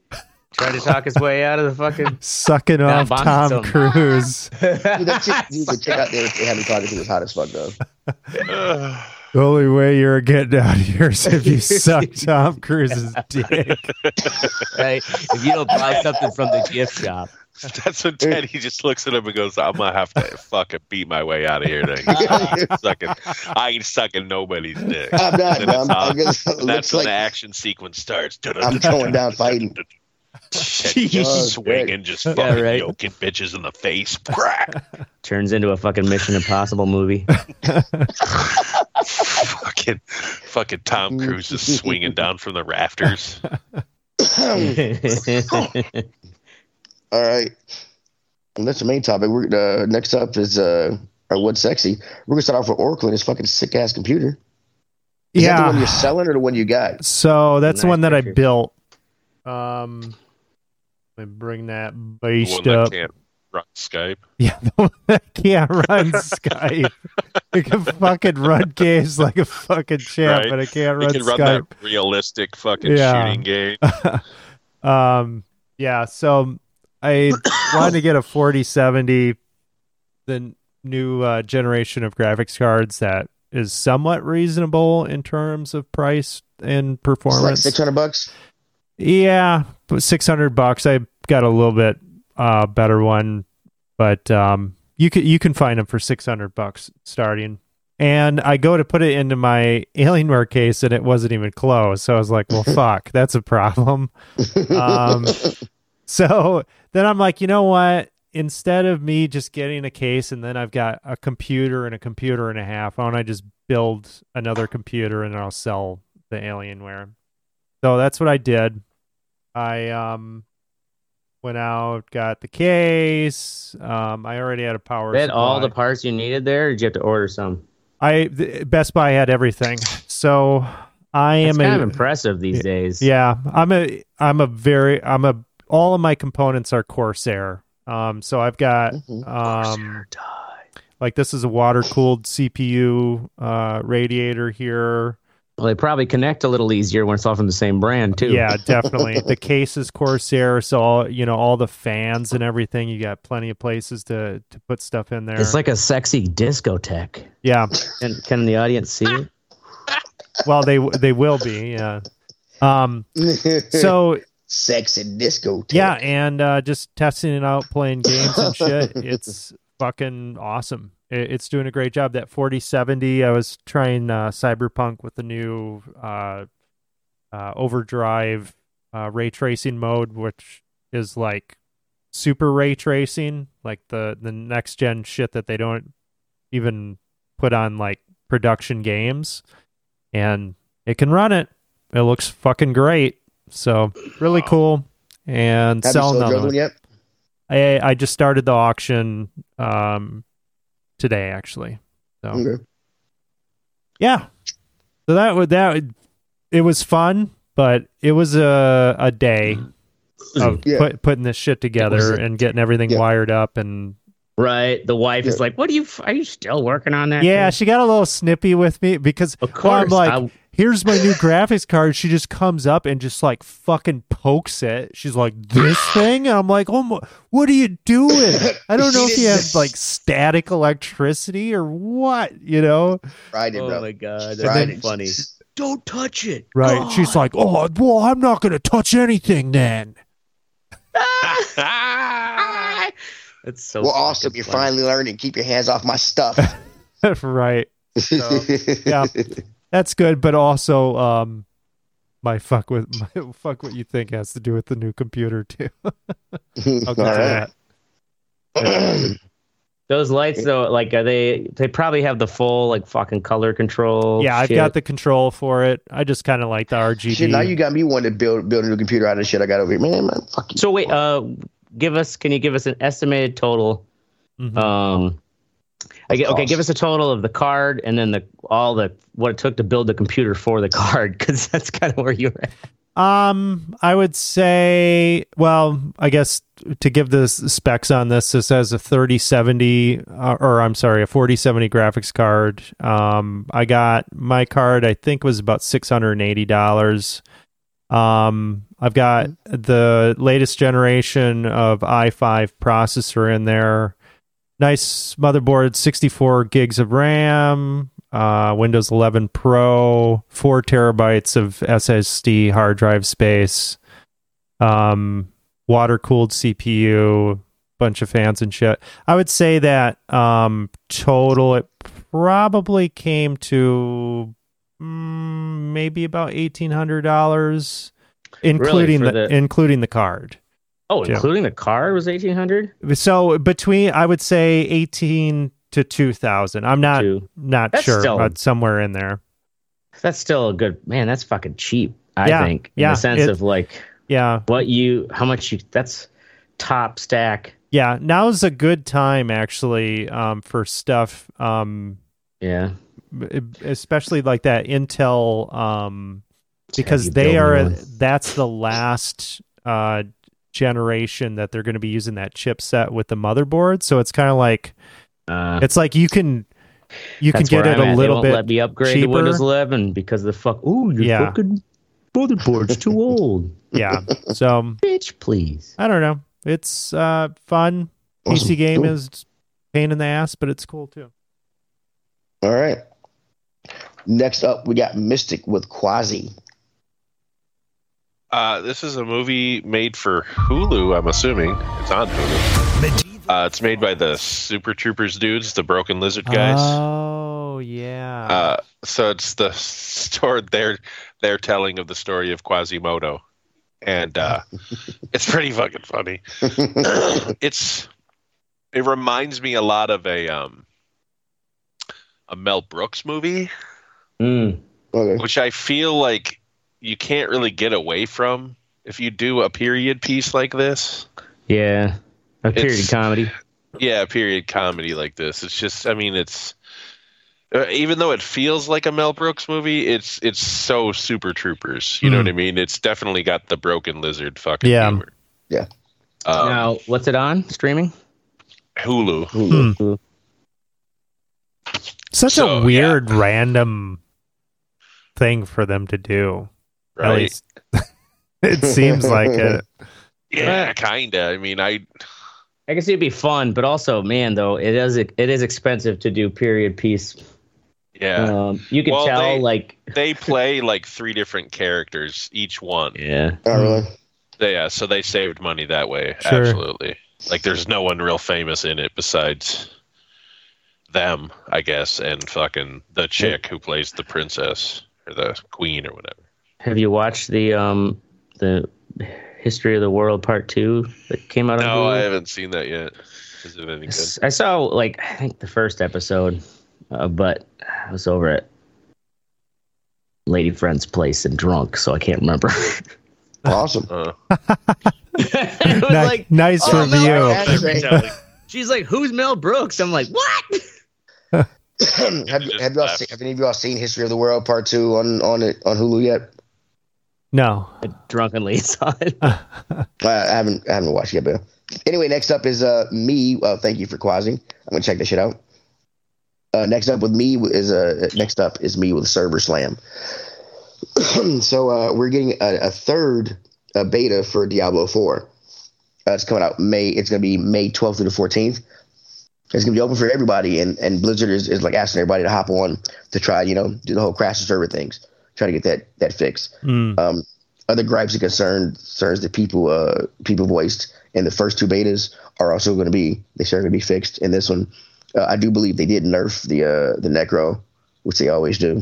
trying to talk his way out of the
<laughs>
fucking.
Sucking
Nah,
off
Bond
Tom
don't-
Cruise.
Dude, that chick, dude, the chick out there, they had me talking. She was hot as fuck, though.
Ugh. <laughs>
The only way you're getting out of here is if
<laughs>
you suck Tom Cruise's dick.
right? If you don't buy something from the gift shop,
That's when Teddy just looks at him and goes, "I'm gonna have to fucking beat my way out of here. Then.
Uh,
I'm sucking, I ain't sucking nobody's dick." <laughs>
I'm not. bro. I'm, I'm just, <laughs> it
And that's
Uh, looks
when the
like
action sequence starts. <laughs>
I'm going down fighting.
He's swinging, just fucking
right.
yoking bitches in the face. <laughs> Crack.
turns into a fucking Mission Impossible movie. <laughs>
fucking, fucking Tom Cruise is swinging down from the rafters.
<clears throat> All right. And that's the main topic. We're uh, next up is uh, or what's sexy. We're gonna start off with Oracle and his fucking sick ass computer. Is that the one
Yeah.
you're selling or the one you got?
So that's the
Nice
one that I
picture.
built. Um, let me bring that
The
based
one
up.
that can't run Skype.
Yeah, the one that can't run
<laughs>
Skype. It can fucking run games like a fucking champ,
Right.
but it can't
They
run
can run
Skype.
that realistic fucking
Yeah.
shooting
<laughs>
game.
um, yeah, so
<coughs>
I wanted to get a 4070, the n- new uh, generation of graphics cards that is somewhat reasonable in terms of price and
It's like
performance.
six hundred bucks.
Yeah, but 600 bucks. I got a little bit uh better one, but um you can you can find them for 600 bucks starting. And I go to put it into my <laughs> Alienware case and it wasn't even closed. So I was like,
<laughs>
well fuck, that's a problem. Um so then I'm like, you know what? Instead of me just getting a case and then I've got a computer and a computer and a half, why don't I just build another computer and I'll sell the Alienware? So that's what I did. I um went out, got the case. Um, I already had a power.
That all the
supply.
parts you needed there? Or did you have to order some?
I th- Best Buy had everything. So I
It's
am
kind of
a,
impressive these days.
yeah, I'm a I'm a very I'm a all of my components are Corsair. Um, so I've got
<laughs> Mhm.
um like this is a water cooled CPU uh radiator here.
Well, they probably connect a little easier when it's all from the same brand too.
Yeah, definitely. the case is Corsair, so all you know, all the fans and everything. You got plenty of places to to put stuff in there.
It's like a sexy discotheque.
yeah,
Can, can the audience see? it?
well they they will be yeah. Um, so
sex and disco. tape.
yeah, and uh, just testing it out, playing games and shit. It's fucking awesome. It, it's doing a great job. That forty seventy, I was trying uh, Cyberpunk with the new uh, uh, Overdrive uh, ray tracing mode, which is like super ray tracing, like the the next gen shit that they don't even put on like production games, and it can run it. It looks fucking great. So really cool. And
Have you
selling
sold your
them.
other one yet?
I I just started the auction um today actually. So
Okay.
yeah, so that would that would- it was fun, but it was a
<clears throat>
a day of
Yeah.
put, putting this shit together and getting everything
Yeah.
wired up and
Right. The wife is
Yeah.
like, "What are you? f- Are you still working on that?" thing?"
yeah, she got a little snippy with me because
Of
well, I'm
course,
like,
I-
here's my new graphics card. She just comes up and just like fucking pokes it. She's like, this thing? And I'm like, oh, my, what are you doing? I don't know if you have like static electricity or what, you know?
Friday,
Oh
bro.
my god, that's
Friday.
funny. Don't touch it.
Right. She's like, oh, well, I'm not going to touch anything then. <laughs>
It's so.
Well,
fucking <laughs>
awesome. You're
funny.
finally learning. Keep your hands off my stuff. <laughs>
right. <laughs> So, yeah, that's good. But also, um, my fuck with <laughs> my fuck what you think has to do with the new computer too. I'll get to
All
<clears throat>
right.
that.
Those lights though, like are they? They probably have the full like fucking color control.
Yeah, I've
shit.
got the control for it. I just kind of like the RGB.
Shit, now you got me wanting to build build a new computer out of the shit I got over here. Man, man fuck you.
So wait, uh, give us. Can you give us an estimated total?
Mhm.
Um, I get, okay,
cost.
give us a total of the card and then the all the what it took to build the computer for the <laughs> card because that's kind of where you were. At.
Um, I would say, well, I guess to give the s- specs on this, this has a 3070, uh, or I'm sorry, a 4070 graphics card. Um, I got my card, I think was about $680. Um, I've got the latest generation of i5 processor in there. Nice motherboard, 64 gigs of RAM, uh, Windows 11 Pro, four terabytes of SSD hard drive space, um, water cooled CPU, bunch of fans and shit. I would say that um, total, it probably came to mm, maybe about eighteen hundred dollars, including
for
the,
the-
including the card.
Oh,
Yeah.
including the card was eighteen hundred.
So between, I would say eighteen to two thousand. I'm not
Two.
not
That's
sure,
still-
but somewhere in there.
That's still a good man. That's fucking cheap. I
Yeah,
think in
yeah,
the sense
it-
of like
Yeah,
what you, how much you. That's top stack.
Yeah, now's a good time actually um, for stuff, um,
Yeah,
especially like that Intel, um, because
you
they
build
are
me one.
that's the last uh, generation that they're going to be using that chipset with the motherboard. So it's kind of like
uh,
it's like you can you can
that's
get
where
it
I'm at.
a
they
little
won't Let
bit.
me upgrade to
cheaper.
Windows eleven because of the fuck. Ooh, your
Yeah.
fucking motherboard's too
<laughs>
old,
Yeah, so
bitch. Please.
I don't know. It's uh, fun. PC game is pain in the ass, but it's cool too.
All right. Next up, we got Mystic with Quasi.
Uh, this is a movie made for Hulu, I'm assuming. It's on Hulu. Uh, it's made by the Super Troopers dudes, the Broken Lizard guys.
Oh yeah.
Uh, so it's the story their their telling of the story of Quasimodo, and uh,
<laughs>
it's pretty fucking funny. it's it reminds me a lot of a um a Mel Brooks movie,
Mm.
Okay.
which I feel like you can't really get away from if you do a period piece like this.
Yeah, a period
It's-
comedy.
yeah period comedy like this it's just i mean it's uh, even though it feels like a mel brooks movie it's it's so super troopers you know
Mm.
what i mean it's definitely got the broken lizard fucking
Yeah.
humor
Yeah.
um,
now, what's it on? Streaming?
hulu
Hmm. Such
So,
a
yeah.
weird random thing for them to do. At
right
least <laughs> it seems
<laughs>
like it.
yeah kinda i mean i
I can see it'd be fun, but also, man, though it is it is expensive to do period piece.
yeah
Um, you can
Well,
tell,
they-
like,
they play like three different characters each one
yeah,
Not really.
yeah so they saved money that way
Sure.
absolutely like there's no one real famous in it besides them i guess and fucking the chick who plays the princess or the queen or whatever
Have you watched the um the History of the World Part Two that came out?
no i
on Hulu?
haven't seen that yet is it any good
I saw like I think the first episode, uh, but I was over at lady friend's place and drunk, so I can't remember. <laughs>
Awesome.
uh,
it was
<laughs>
Ni-
like
nice
oh, no,
review.
I had to say-
<laughs> she's like, "Who's Mel Brooks?" I'm like, "What?"
have, you- have y'all seen, have any of y'all seen History of the World Part Two on on it on Hulu yet?
no.
I drunkenly <laughs> saw it.
Uh, I haven't I haven't watched it yet, but anyway, next up is uh me. Uh, thank you for quasi. I'm gonna check that shit out. Uh, next up with me is uh next up is me with Server Slam. <clears throat> so uh, we're getting a, a third uh, beta for Diablo Four. Uh, it's coming out May. It's gonna be May 12th through the 14th. It's gonna be open for everybody, and, and Blizzard is, is like asking everybody to hop on to try, you know, do the whole crash the server things, try to get that that fixed
Mm.
um, other gripes and concerns, concerns that people uh, people voiced in the first two betas are also going to be they are going to be fixed in this one. Uh, I do believe they did nerf the uh, the necro which they always do.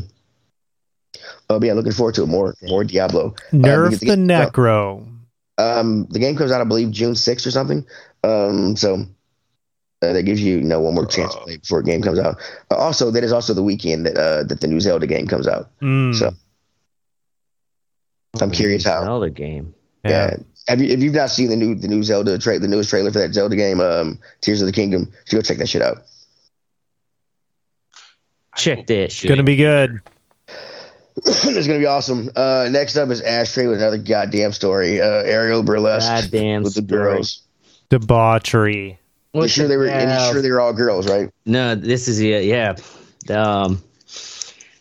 Oh, but yeah, looking forward to it. More, more Diablo.
Nerf
the-
the Necro.
Um, the game comes out, I believe, June 6th or something. Um, so uh, that gives you, you know, one more chance to play before a game comes out. Uh, also, that is also the weekend that uh, that the new Zelda game comes out.
Mm,
So I'm curious how.
Zelda game.
Yeah. Have you if you've not seen the new the new Zelda tra- the newest trailer for that Zelda game, um, Tears of the Kingdom, you should go check that shit out. <clears throat>
Check this.
It's gonna be good.
it's gonna be awesome. Uh, next up is Ashtray with another goddamn story. Uh, Aerial burlesque
Goddamn
with the
story.
girls.
Debauchery.
You sure they were? And you sure they were all girls, right?
No, this is it. Yeah. Um,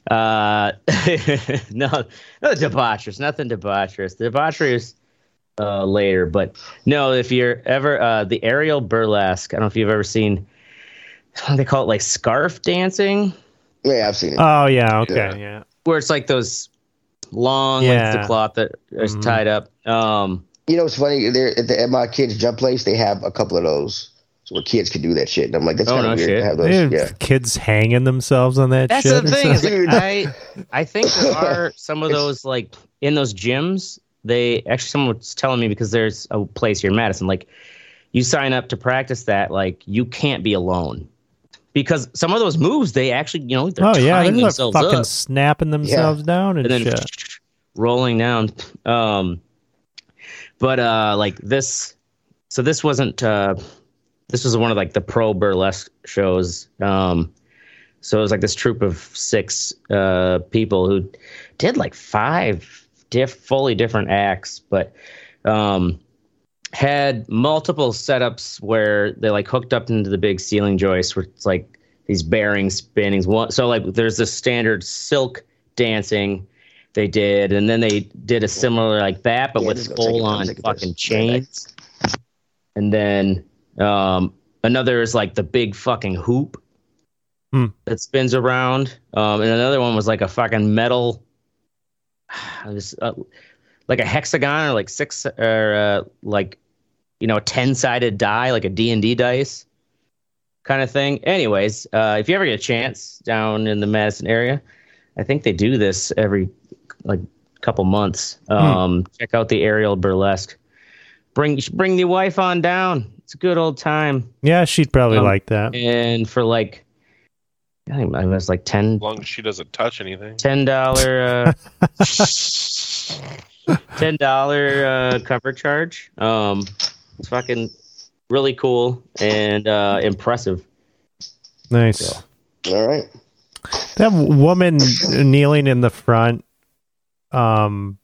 uh, <laughs> no, no debaucherous, nothing debaucherous. The debauchery is uh, later, but no, if you're ever uh, the aerial burlesque, I don't know if you've ever seen. They call it like scarf dancing,
Yeah, I've
Uh,
seen it.
Oh yeah. Okay.
Yeah.
Yeah.
where it's like those long lengths
Yeah.
of cloth that is
Mhm.
tied up. Um,
you know, it's funny. There at, the, at my kids' jump place, they have a couple of those so where kids can do that shit. And I'm like, that's
Oh,
kind
no
of weird
shit.
to have those.
Dude,
Yeah.
Kids hanging themselves on that
That's
shit.
the thing. Is
Dude.
like, I I think
<laughs>
there are some of
It's-
those like in those gyms. They actually someone was telling me because there's a place here in Madison. Like you sign up to practice that, like you can't be alone because some of those moves they actually you know they're
Oh
tying
yeah, they're like
themselves
fucking
up
snapping themselves down and,
and then
shit.
rolling down. Um, but uh, like this, so this wasn't. Uh, this was one of like the pro burlesque shows. Um, so it was like this troupe of six uh, people who did like five diff- fully different acts, but um, had multiple setups where they like hooked up into the big ceiling joists, where it's like these bearings spinnings. One, so like there's this standard silk dancing they did, and then they did a similar like that, but
Yeah,
with
just go take it,
full on
take it,
fucking
just-
chains. And then um, another is like the big fucking hoop
Hmm.
that spins around. Um, and another one was like a fucking metal, I just, uh, like a hexagon or like six or uh, like you know a ten sided die, like a D and D dice kind of thing. Anyways, uh, if you ever get a chance down in the Madison area, I think they do this every like couple months. Um, Check out the aerial burlesque. Bring you should bring the wife on down. It's a good old time.
Yeah, she'd probably
Um,
like that.
And for like, I think it was like ten
As long as she doesn't touch anything.
ten dollar uh,
<laughs>
ten dollar uh, cover charge. Um, it's fucking really cool and uh, impressive.
Nice.
All right.
That woman kneeling in the front um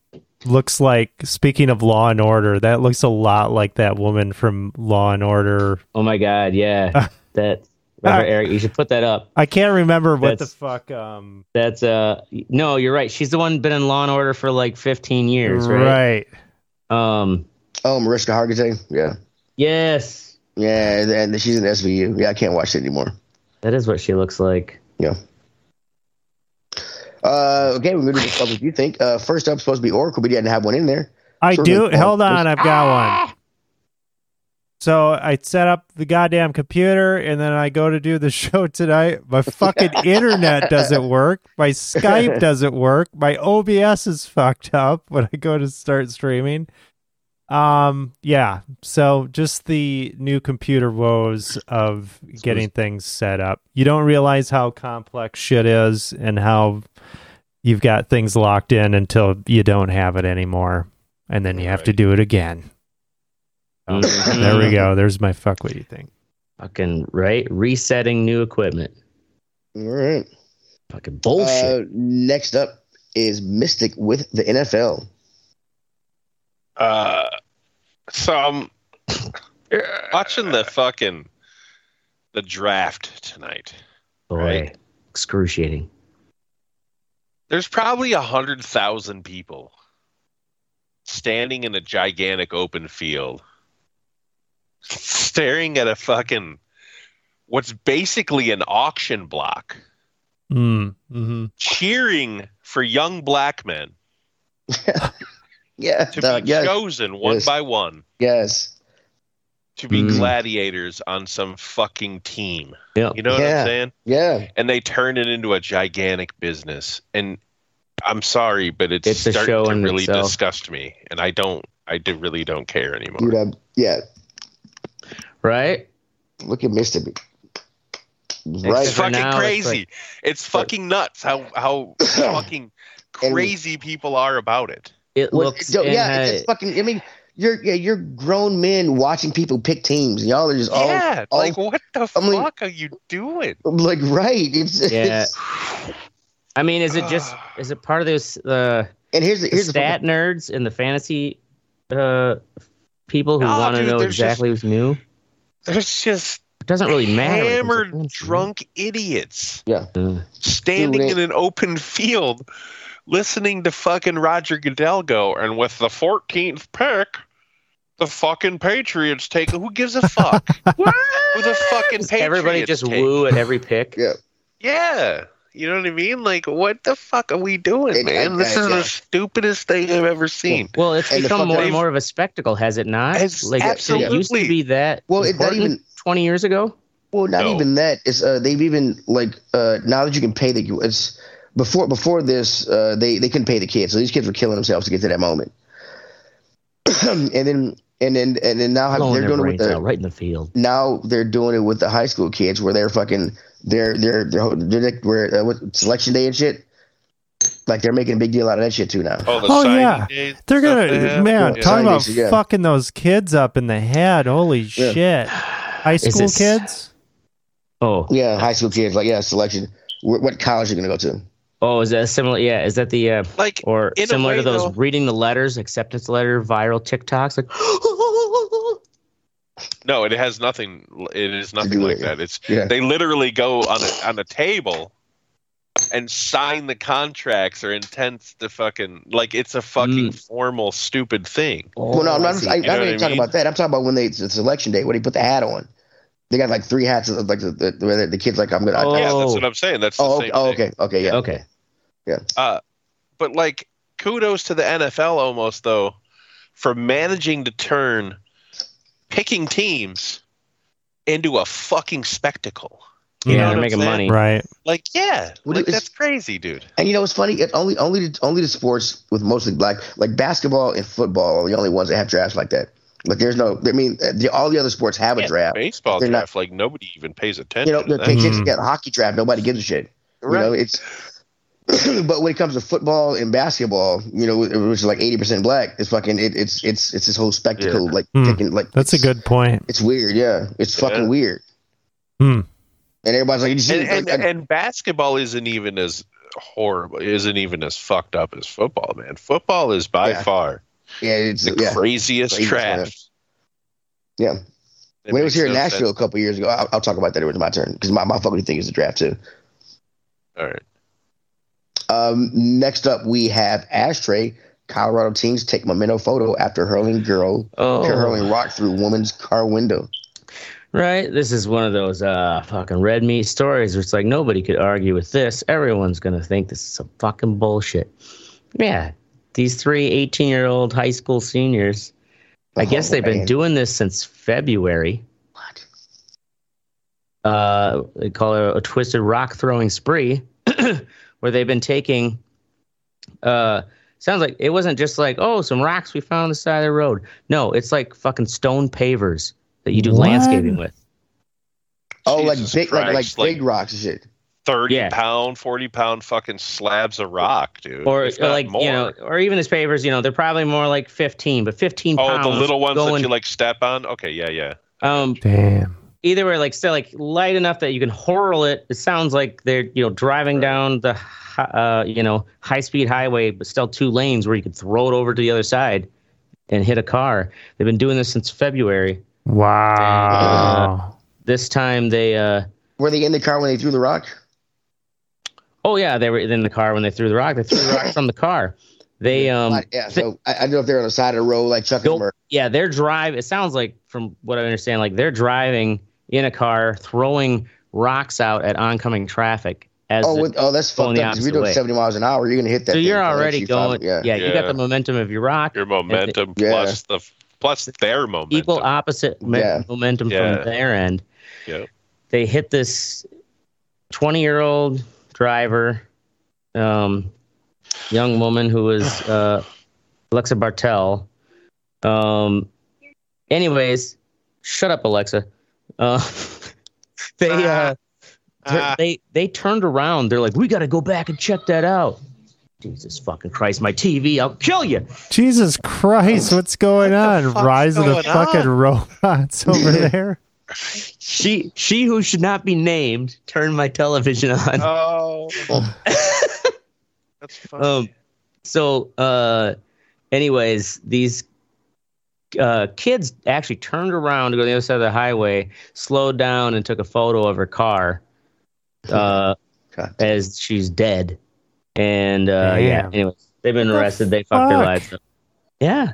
looks like speaking of law and order, that looks a lot like that woman from Law and Order.
Oh my god,
<laughs>
yeah, that. Remember, Eric, you should put that up.
I can't remember what
That's-
the fuck um
That's uh no, you're right. She's the one been in Law and Order for like 15 years, right?
right.
Um,
Oh, Mariska Hargitay. Yeah.
yes,
Yeah, and then she's in SVU. Yeah, I can't watch it anymore.
that is what she looks like.
Yeah. Uh, okay, we moved to the public. You think uh, first up supposed to be Oracle, but you didn't have one in there.
I
Sort of
do.
like, oh,
Hold on,
there's-
I've got one. So I set up the goddamn computer, and then I go to do the <laughs> show tonight. My fucking internet doesn't work. My Skype doesn't work. My OBS is fucked up when I go to start streaming. Um, yeah. So just the new computer woes of getting things set up. You don't realize how complex shit is and how you've got things locked in until you don't have it anymore and then you have to do it again. Oh,
Mhm.
there we go. There's my fuck what you think.
Fucking right, resetting new equipment.
All right.
Fucking bullshit.
Uh, next up is Mystic with the NFL.
Uh, so I'm watching the fucking the draft tonight.
Boy,
right.
excruciating.
There's probably a hundred thousand people standing in a gigantic open field, staring at a fucking what's basically an auction block,
Mm,
Mm-hmm.
hmm
cheering for young black men
Yeah.
to
uh,
be
yes.
chosen one
Yes.
by one.
Yes.
to be
Mm.
gladiators on some fucking team.
Yeah.
You know what
Yeah.
I'm saying?
Yeah.
And they turned it into a gigantic business. And I'm sorry, but it's,
It's a
starting
show
to
in
really
itself.
disgust me. And I don't, I do, really don't care anymore.
Dude, I'm, yeah.
right?
Look at Mr. B.
It's
Right.
for
fucking
now, it's
crazy.
like-
It's, fucking nuts how
<coughs>
how fucking
And-
crazy people are about it.
It
Well,
looks
yo, yeah,
and,
it's just fucking. I mean, you're yeah, you're grown men watching people pick teams. and Y'all are just all,
yeah,
all
like what the
I mean-
fuck are you doing?
like right. It's,
Yeah.
it's
I mean, is it
<sighs>
just is it part of this uh,
and here's the,
the
here's
stat nerds and the fantasy uh, people who
No,
want to
dude,
know
there's just-
exactly who's new?
There's just
It doesn't really matter. It's
hammered,
like,
drunk idiots
the
uh,
standing
Dude, it-
in an open field, listening to fucking Roger Goodell go, and with the 14th pick, the fucking Patriots take. Who gives a
<laughs>
fuck? Who the fucking Patriots?
Everybody just
take?
woo at every pick.
<laughs> Yeah.
Yeah. You know what I mean? Like, what the fuck are we doing,
And-
man?
and-
this is
yeah.
the stupidest thing I've ever seen.
Well, it's
And the
become
fucking-
more and more of a spectacle, has it not?
It's
it used to
absolutely-
be that.
Well, it- not
important
even-
twenty years ago.
Well, not
No.
even that. It's uh, they've even like uh, now that you can pay the it's before before this uh, they they couldn't pay the kids, so these kids were killing themselves to get to that moment. <clears throat> and then and then and then now
Blowing
they're
their
doing it with
brains
the
out right in the field.
now they're doing it with the high school kids where they're fucking they're they're they're, they're, like, where, uh, with selection day and shit. Like they're making a big deal out of that shit too now.
Oh,
Oh, yeah. They're gonna man
Yeah.
talking about
Chinese, yeah.
fucking those kids up in the head. Holy shit! High
Is
school
this-
kids.
Oh,
Yeah, high school kids like yeah selection. Wh- what college are you gonna go to?
oh, is that similar? Yeah, is that the uh,
Like,
or
in a
similar
way,
to those
though-
reading the letters, acceptance letter, viral TikToks? <gasps> Like,
no, it has nothing. It is nothing
do
like
it.
that. It's
Yeah.
they literally go on a, on a table and sign the contracts or intents to fucking like it's a fucking
Mm.
formal stupid thing.
well, no, I'm
Oh, I
not.
see.
I, I'm not
You know what Oh, I
even talking
mean?
about that. I'm talking about when they it's selection day when they put the hat on. They got like three hats. Of, like the, the, the, the kids like I'm gonna.
Oh,
I,
Yeah, that's what I'm saying. That's the
oh, okay,
same
oh,
thing.
okay, okay, yeah.
okay.
Uh, but like, kudos to the NFL almost though for managing to turn picking teams into a fucking spectacle.
Yeah,
know what
they're
I'm
making
saying?
money.
Right.
Like, yeah,
What
like
is-
that's crazy, dude.
And you know what's funny? It only only only the sports with mostly black, like basketball and football, are the only ones that have drafts like that. Like there's no. I mean, the, all the other sports have a
Yeah,
draft.
baseball
They're not-
draft, like nobody even pays
You
attention.
know,
to
the
that.
Patriots
Mhm.
got a hockey draft. Nobody gives a shit. You know, it's. <clears throat> but when it comes to football and basketball, you know, which is like eighty percent black, it's fucking. It, it's it's it's this whole spectacle, like
Hmm.
picking, like
That's a
it's-
good point.
It's weird, yeah. It's
Yeah.
fucking weird.
Hmm.
And everybody's like, you see,
and,
like,
and, and basketball isn't even as horrible, isn't even as fucked up as football, man. Football is by
Yeah.
far
yeah, it's
the
yeah.
craziest
Craziest
draft.
Yeah.
It
when it was
makes
here in
no
Nashville
sense.
a couple years ago, I'll, I'll talk about that. It was my turn because my, my fucking thing is the draft too.
All right.
Um, next up, we have Ashtray. Colorado teens take memento photo after hurling girl
Oh,
hurling rock through woman's car window.
right. This is one of those uh, fucking red meat stories where it's like nobody could argue with this. Everyone's going to think this is some fucking bullshit. Yeah. These three 18 year old high school seniors, I guess
Oh,
they've been
man.
doing this since February.
What?
uh, they call it a twisted rock throwing spree, <clears throat> where they've been taking. Uh, sounds like it wasn't just like oh some rocks we found on the side of the road. No, it's like fucking stone pavers that you do
What?
landscaping with.
Oh,
Jesus
like big, like, like
Christ, like-
big rocks and shit.
Thirty
Yeah.
pound, forty pound fucking slabs of rock, dude.
Or,
if
or
not
like
more. Oh,
you know, or even as pavers, you know, they're probably more like fifteen, but fifteen.
oh,
pounds
the little ones
going,
that you like step on. Okay, yeah, yeah.
Um,
Damn.
either way, like still like light enough that you can hurl it. It sounds like they're you know driving down the hi- uh, you know high speed highway, but still two lanes where you could throw it over to the other side and hit a car. They've been doing this since February.
Wow.
This time they uh,
Were they in the car when they threw the rock?
oh yeah they were in the car when they threw the rock. They threw the rock from the car. They um
Like, yeah. So I, I don't know if they're on the side of the road, like Chuck
Nope.
and Murray.
yeah they're drive. It sounds like from what I understand, like they're driving in a car throwing rocks out at oncoming traffic. As
Oh,
the-
with, oh, that's
going
fucked
the
up. 'cause If you're
opposite
doing
way.
seventy miles an hour, you're gonna hit that.
so
thing
you're
before they
already
actually follow-
going yeah, you got
Yeah.
the momentum of your rock
Your momentum
Yeah.
plus the Plus their momentum.
equal opposite me-
Yeah.
momentum
Yeah.
from their end.
Yep.
They hit this 20 year old driver, um, young woman who was uh, Alexa Bartel. Um, anyways, shut up, Alexa. Uh, <laughs> they. Uh, they're-
Ah.
they they turned around. They're like, we got to go back and check that out. Jesus fucking Christ, my TV! I'll kill you.
Jesus Christ, what's going on?
fuck's
Rise of the
going on?
fucking robots over there.
She she who should not be named turned my television on.
Oh. <laughs> That's funny.
Um, so, uh, anyways, these uh, kids actually turned around to go to the other side of the highway, slowed down, and took a photo of her car uh,
God.
as she's dead. And uh, yeah,
Damn.
anyways, they've been
The
arrested. they fucked their
fuck?
lives up. Yeah,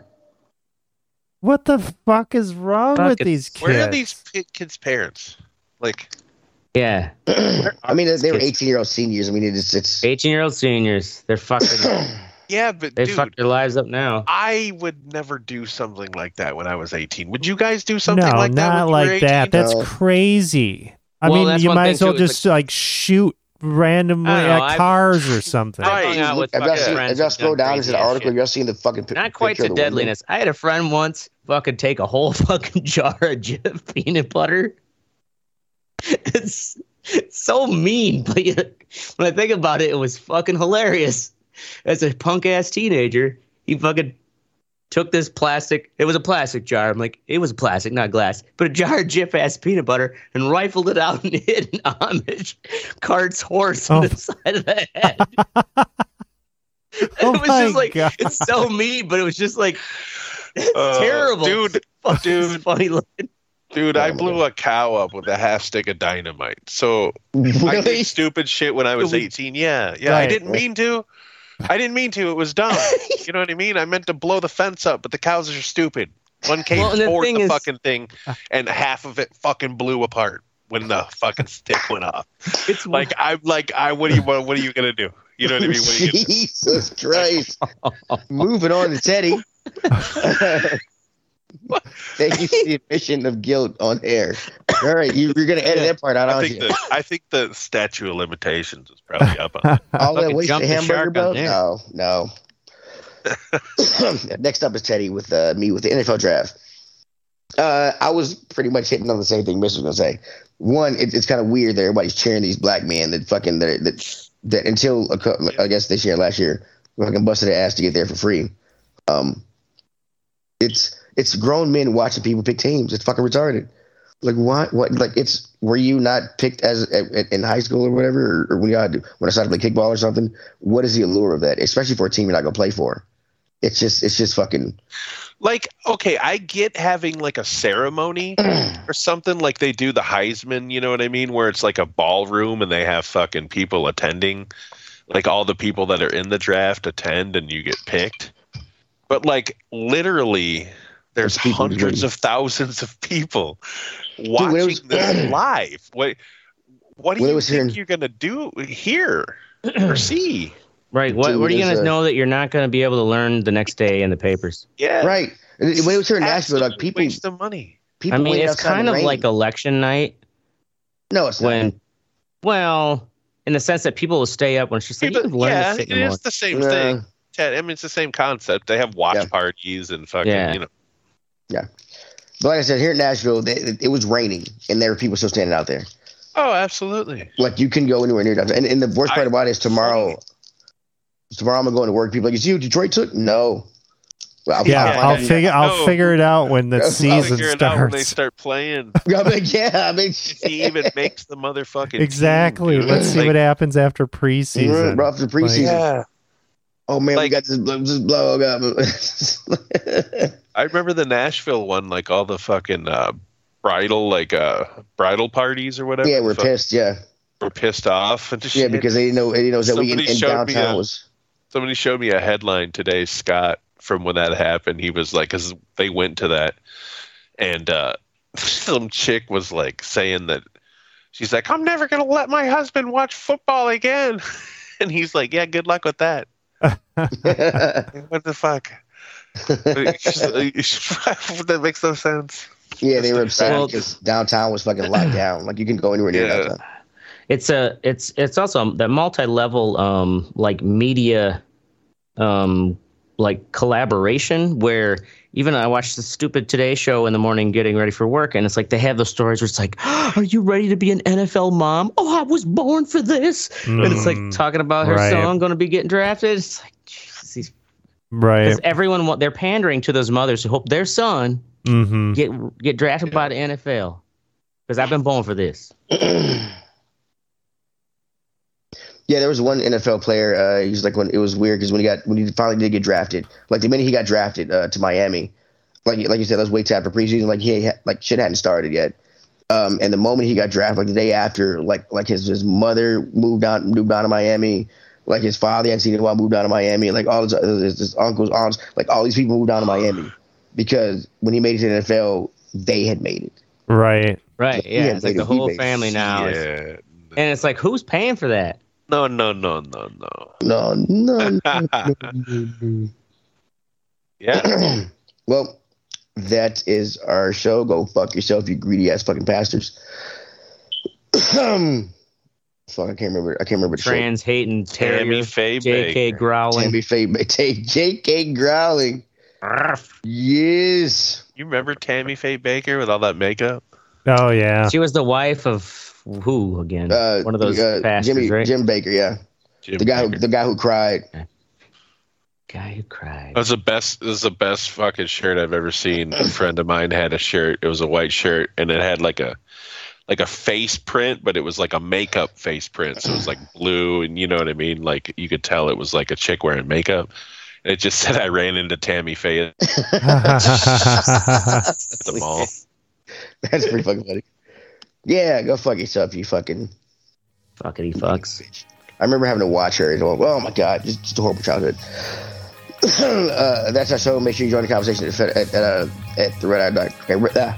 What the fuck is wrong
Fuck,
with
it's-
these kids?
Where are these pi- kids' parents? Like,
yeah.
<clears throat> I mean, they were 18 year old seniors. I mean, it's it's.
18 year old seniors. They're fucking. <coughs>
yeah, but
They
dude,
fucked their lives up now.
I would never do something like that when I was 18. Would you guys do
no,
something like that?
not
when you were
like that.
18?
That's
No.
crazy. I
Well,
mean,
that's
you
one
might
thing,
as well
too, is
just like, shoot randomly
I don't know,
at
I-
cars
<laughs>
or something.
Right.
Hung out with
Have y'all,
fucking
seen,
friends
have y'all
who've done
scrolled down into
crazy
the
ass
article?
shit.
Y'all seen the fucking pi-
Not quite
picture
to
of the woman?
deadliness. I had a friend once fucking take a whole <laughs> fucking jar of Jif peanut butter. It's, it's so mean, but you, when I think about it, it was fucking hilarious. As a punk ass teenager, he fucking took this plastic. It was a plastic jar. I'm like, it was plastic, not glass, but a jar of Jif ass peanut butter and rifled it out and <laughs> hit an Amish cart's horse on
Oh.
the side of the head.
<laughs>
<laughs>
Oh
it was
my
just like
God.
it's so mean, but it was just like <laughs> it's
Uh,
terrible,
dude,
Fuck, it's
dude.
funny. looking.
Dude, I blew a cow up with a half stick of dynamite. So I
<laughs> Really?
did stupid shit when I was 18. Yeah, yeah. I
Right.
didn't mean to. I didn't mean to. It was
<laughs>
dumb. you know what I mean? I meant to blow the fence up, but the cows are stupid. One came
Well, and the
toward
thing
the
is-
fucking thing, and half of it fucking blew apart when the fucking stick went off.
It's
Like I'm like I. What do you? What are you gonna do? You know what I mean? What
<laughs>
are you gonna do?
Jesus Christ.
<laughs>
Moving on to Teddy. <laughs> Thank you for the admission of guilt on air. All right, you, you're gonna edit that part out,
I
aren't
think
you?
the I think the statue of limitations is probably up on.
<laughs> All that
fucking
waste of
jump the shark
hamburger
on
belt?
there.
No, no.
<laughs>
<clears throat> Next up is Teddy with uh, me with the NFL draft. Uh, I was pretty much hitting on the same thing Mitch was gonna say. One, it, it's kind of weird that everybody's cheering these black men that fucking that that, that until a cou- I guess this year, last year, fucking busted their ass to get there for free. Um, it's it's grown men watching people pick teams. It's fucking retarded. Like what? What? Like it's were you not picked as at, in high school or whatever, or, or when you had when I started to play kickball or something? What is the allure of that, especially for a team you're not gonna play for? It's just it's just fucking
Like okay, I get having like
<clears throat>
a ceremony or something like they do the Heisman. You know what I mean? Where it's like a ballroom and they have fucking people attending. Like all the people that are in the draft attend and you get picked. But like literally, there's
There's people
hundreds
waiting.
of thousands of people
when
watching
it was- <clears throat>
this live. What? What do
When it
you
was
think
here in-
you're gonna do
<clears throat>
here or see?
right. What,
Dude,
what are you
there's
gonna
a-
know that you're not gonna be able to learn the next day in the papers?
Yeah,
right. And When it was here in Nashville,
Absolute
like people
waste of money.
people.
I mean,
waited
it's
outside in
kind
the
of
rain.
like election night
no, it's not.
when, well, in the sense that people will stay up when she's like, you
People-
can learn
yeah,
this shit
it
in the
is
morning."
the same
Yeah.
thing. Ted, I mean, it's the same concept. They have watch
Yeah.
parties and fucking,
Yeah.
you know.
But like I said, here in Nashville, they, it was raining and there were people still standing out there.
Oh, absolutely.
Like you can go anywhere near Nashville. And, and the worst part
I-
about it is tomorrow. Tomorrow I'm going to work. People are like, "Is you Detroit took?" No. Well, I'll-
Yeah,
I'll find
I'll
out.
figure. I'll
No.
figure it out when the
I'll
I'll
season
figure it out when they
starts.
start
<laughs>
playing.
<laughs> I'm like, yeah, I mean,
If he even makes the motherfucking team,
Exactly.
dude.
Let's see
Like,
what happens after preseason.
Right after preseason.
Yeah,
Oh man, we
Like-
got this, this blog up. yeah,
I remember the Nashville one, like all the fucking uh, bridal, like uh, bridal parties or whatever.
we're
Fuck,
pissed. <laughs> Yeah,
We're pissed off and
yeah,
shit.
because they didn't know. They didn't know that we in,
Somebody
in
showed me
downtown
a-
was. <laughs>
Somebody showed me a headline today, Scott, from when that happened. He was like, because they went to that, and uh, <laughs> some chick was like saying that she's like, I'm never gonna let my husband watch football again, <laughs> and he's like, Yeah, good luck with that.
yeah,
What the fuck? <laughs> that makes no sense.
Yeah, they were upset
Well-
because downtown was fucking locked down. Like you can go anywhere near
Yeah.
downtown.
it's a it's it's also that multi-level um like media um like collaboration where even I watched the stupid Today Show in the morning getting ready for work, and it's like they have those stories where it's like, "Ah, "Are you ready to be an NFL mom? Oh, I was born for this," and it's like
Mm,
talking about her
right.
son going to be getting drafted. It's like, jeez, these
right.
because everyone wa- they're pandering to those mothers who hope their son
Mm-hmm.
get get drafted by the NFL because I've been born for this.
Yeah, there was one NFL player. Uh, he was like when it was weird because when he got when he finally did get drafted, like the minute he got drafted uh, to Miami, like like you said, let's wait till after preseason. Like he had, like shit hadn't started yet. Um, and the moment he got drafted, like the day after, like like his his mother moved out moved down to Miami. Like his father hadn't seen him while moved down to Miami. Like all his, his, his uncles, aunts, like all these people moved down to Miami because when he made it to the NFL, they had made it.
Right.
Right?
Yeah,
Yeah, it's like the
later, he
whole
makes-
family now, is-
Yeah.
and it's like who's paying for that?
No, no, no, no, no.
No, no, no, no, no, no. <clears throat>
Yeah.
well, that is our show. Go fuck yourself, you greedy ass fucking bastards. <clears throat> Fuck, I can't remember. I can't remember the show.
Trans hating
Tammy
terrier,
Faye
J.K.
Baker.
growling.
Tammy Faye, take J.K. Growling. Yes.
You remember Tammy Faye Baker with all that makeup?
Oh yeah.
She was the wife of who again?
Uh,
One of those
uh,
pastors,
Jimmy
right?
Jim Baker. Yeah,
Jim
the guy who
Baker.
the guy who cried.
Guy who cried.
That's the best. This is the best fucking shirt I've ever
<laughs>
seen. A friend of mine had a shirt. It was a white shirt, and it had like a like a face print, but it was like a makeup face print. So it was like blue, and you know what I mean. Like you could tell it was like a chick wearing makeup. And it just <laughs> said, "I ran into Tammy Faye
<laughs>
at the mall."
<laughs> That's pretty fucking funny. Yeah, go fuck yourself, you fucking
Fuckity fucks.
bitch. I remember having to watch her. And going, oh my god, just, just a horrible childhood. <clears throat> uh, that's our show. Make sure you join the conversation at Fed- at, at, uh, at the Red Eye Doc. Okay, re- uh,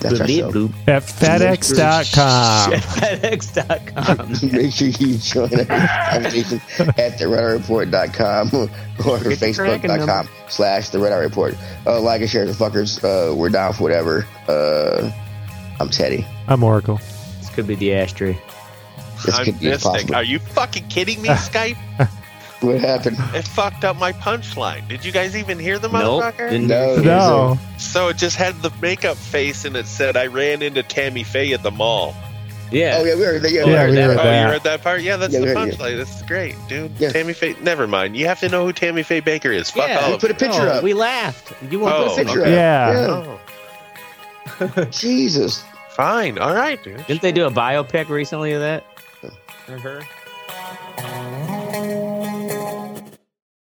that's our show.
Boop,
At FedEx.com.
FedEx.com.
<laughs> Make sure you join the <laughs> conversation at the Red Eye Report.com <laughs> or
Get your tracking
Facebook.com slash the Red Eye Report. Uh, like and share the fuckers. Uh, we're down for whatever. Uh, I'm Teddy.
I'm Oracle.
this could be the ashtray.
This
I'm
could be
mystic.
impossible.
Are you fucking kidding me, <laughs> Skype?
What <laughs> happened?
It fucked up my punchline. Did you guys even hear the
Nope.
motherfucker?
Didn't
No,
No.
So it just had the makeup face, and it said, "I ran into Tammy Faye at the mall."
Yeah.
Oh yeah, we heard that. Yeah,
Yeah,
yeah,
we
yeah.
heard
Oh,
that.
you heard that part? Yeah, that's
Yeah,
the
yeah, yeah.
punchline. That's great, dude.
Yeah.
Tammy Faye. Never mind. You have to know who Tammy Faye Baker is. Fuck
Yeah,
all
We
of
put a
you.
picture
Oh,
up.
We laughed. You want
Oh,
to put a picture?
picture
up?
up.
Yeah.
Oh,
Jesus.
fine. All right, dude.
Uh-huh.
Didn't they do a biopic recently of that? For her?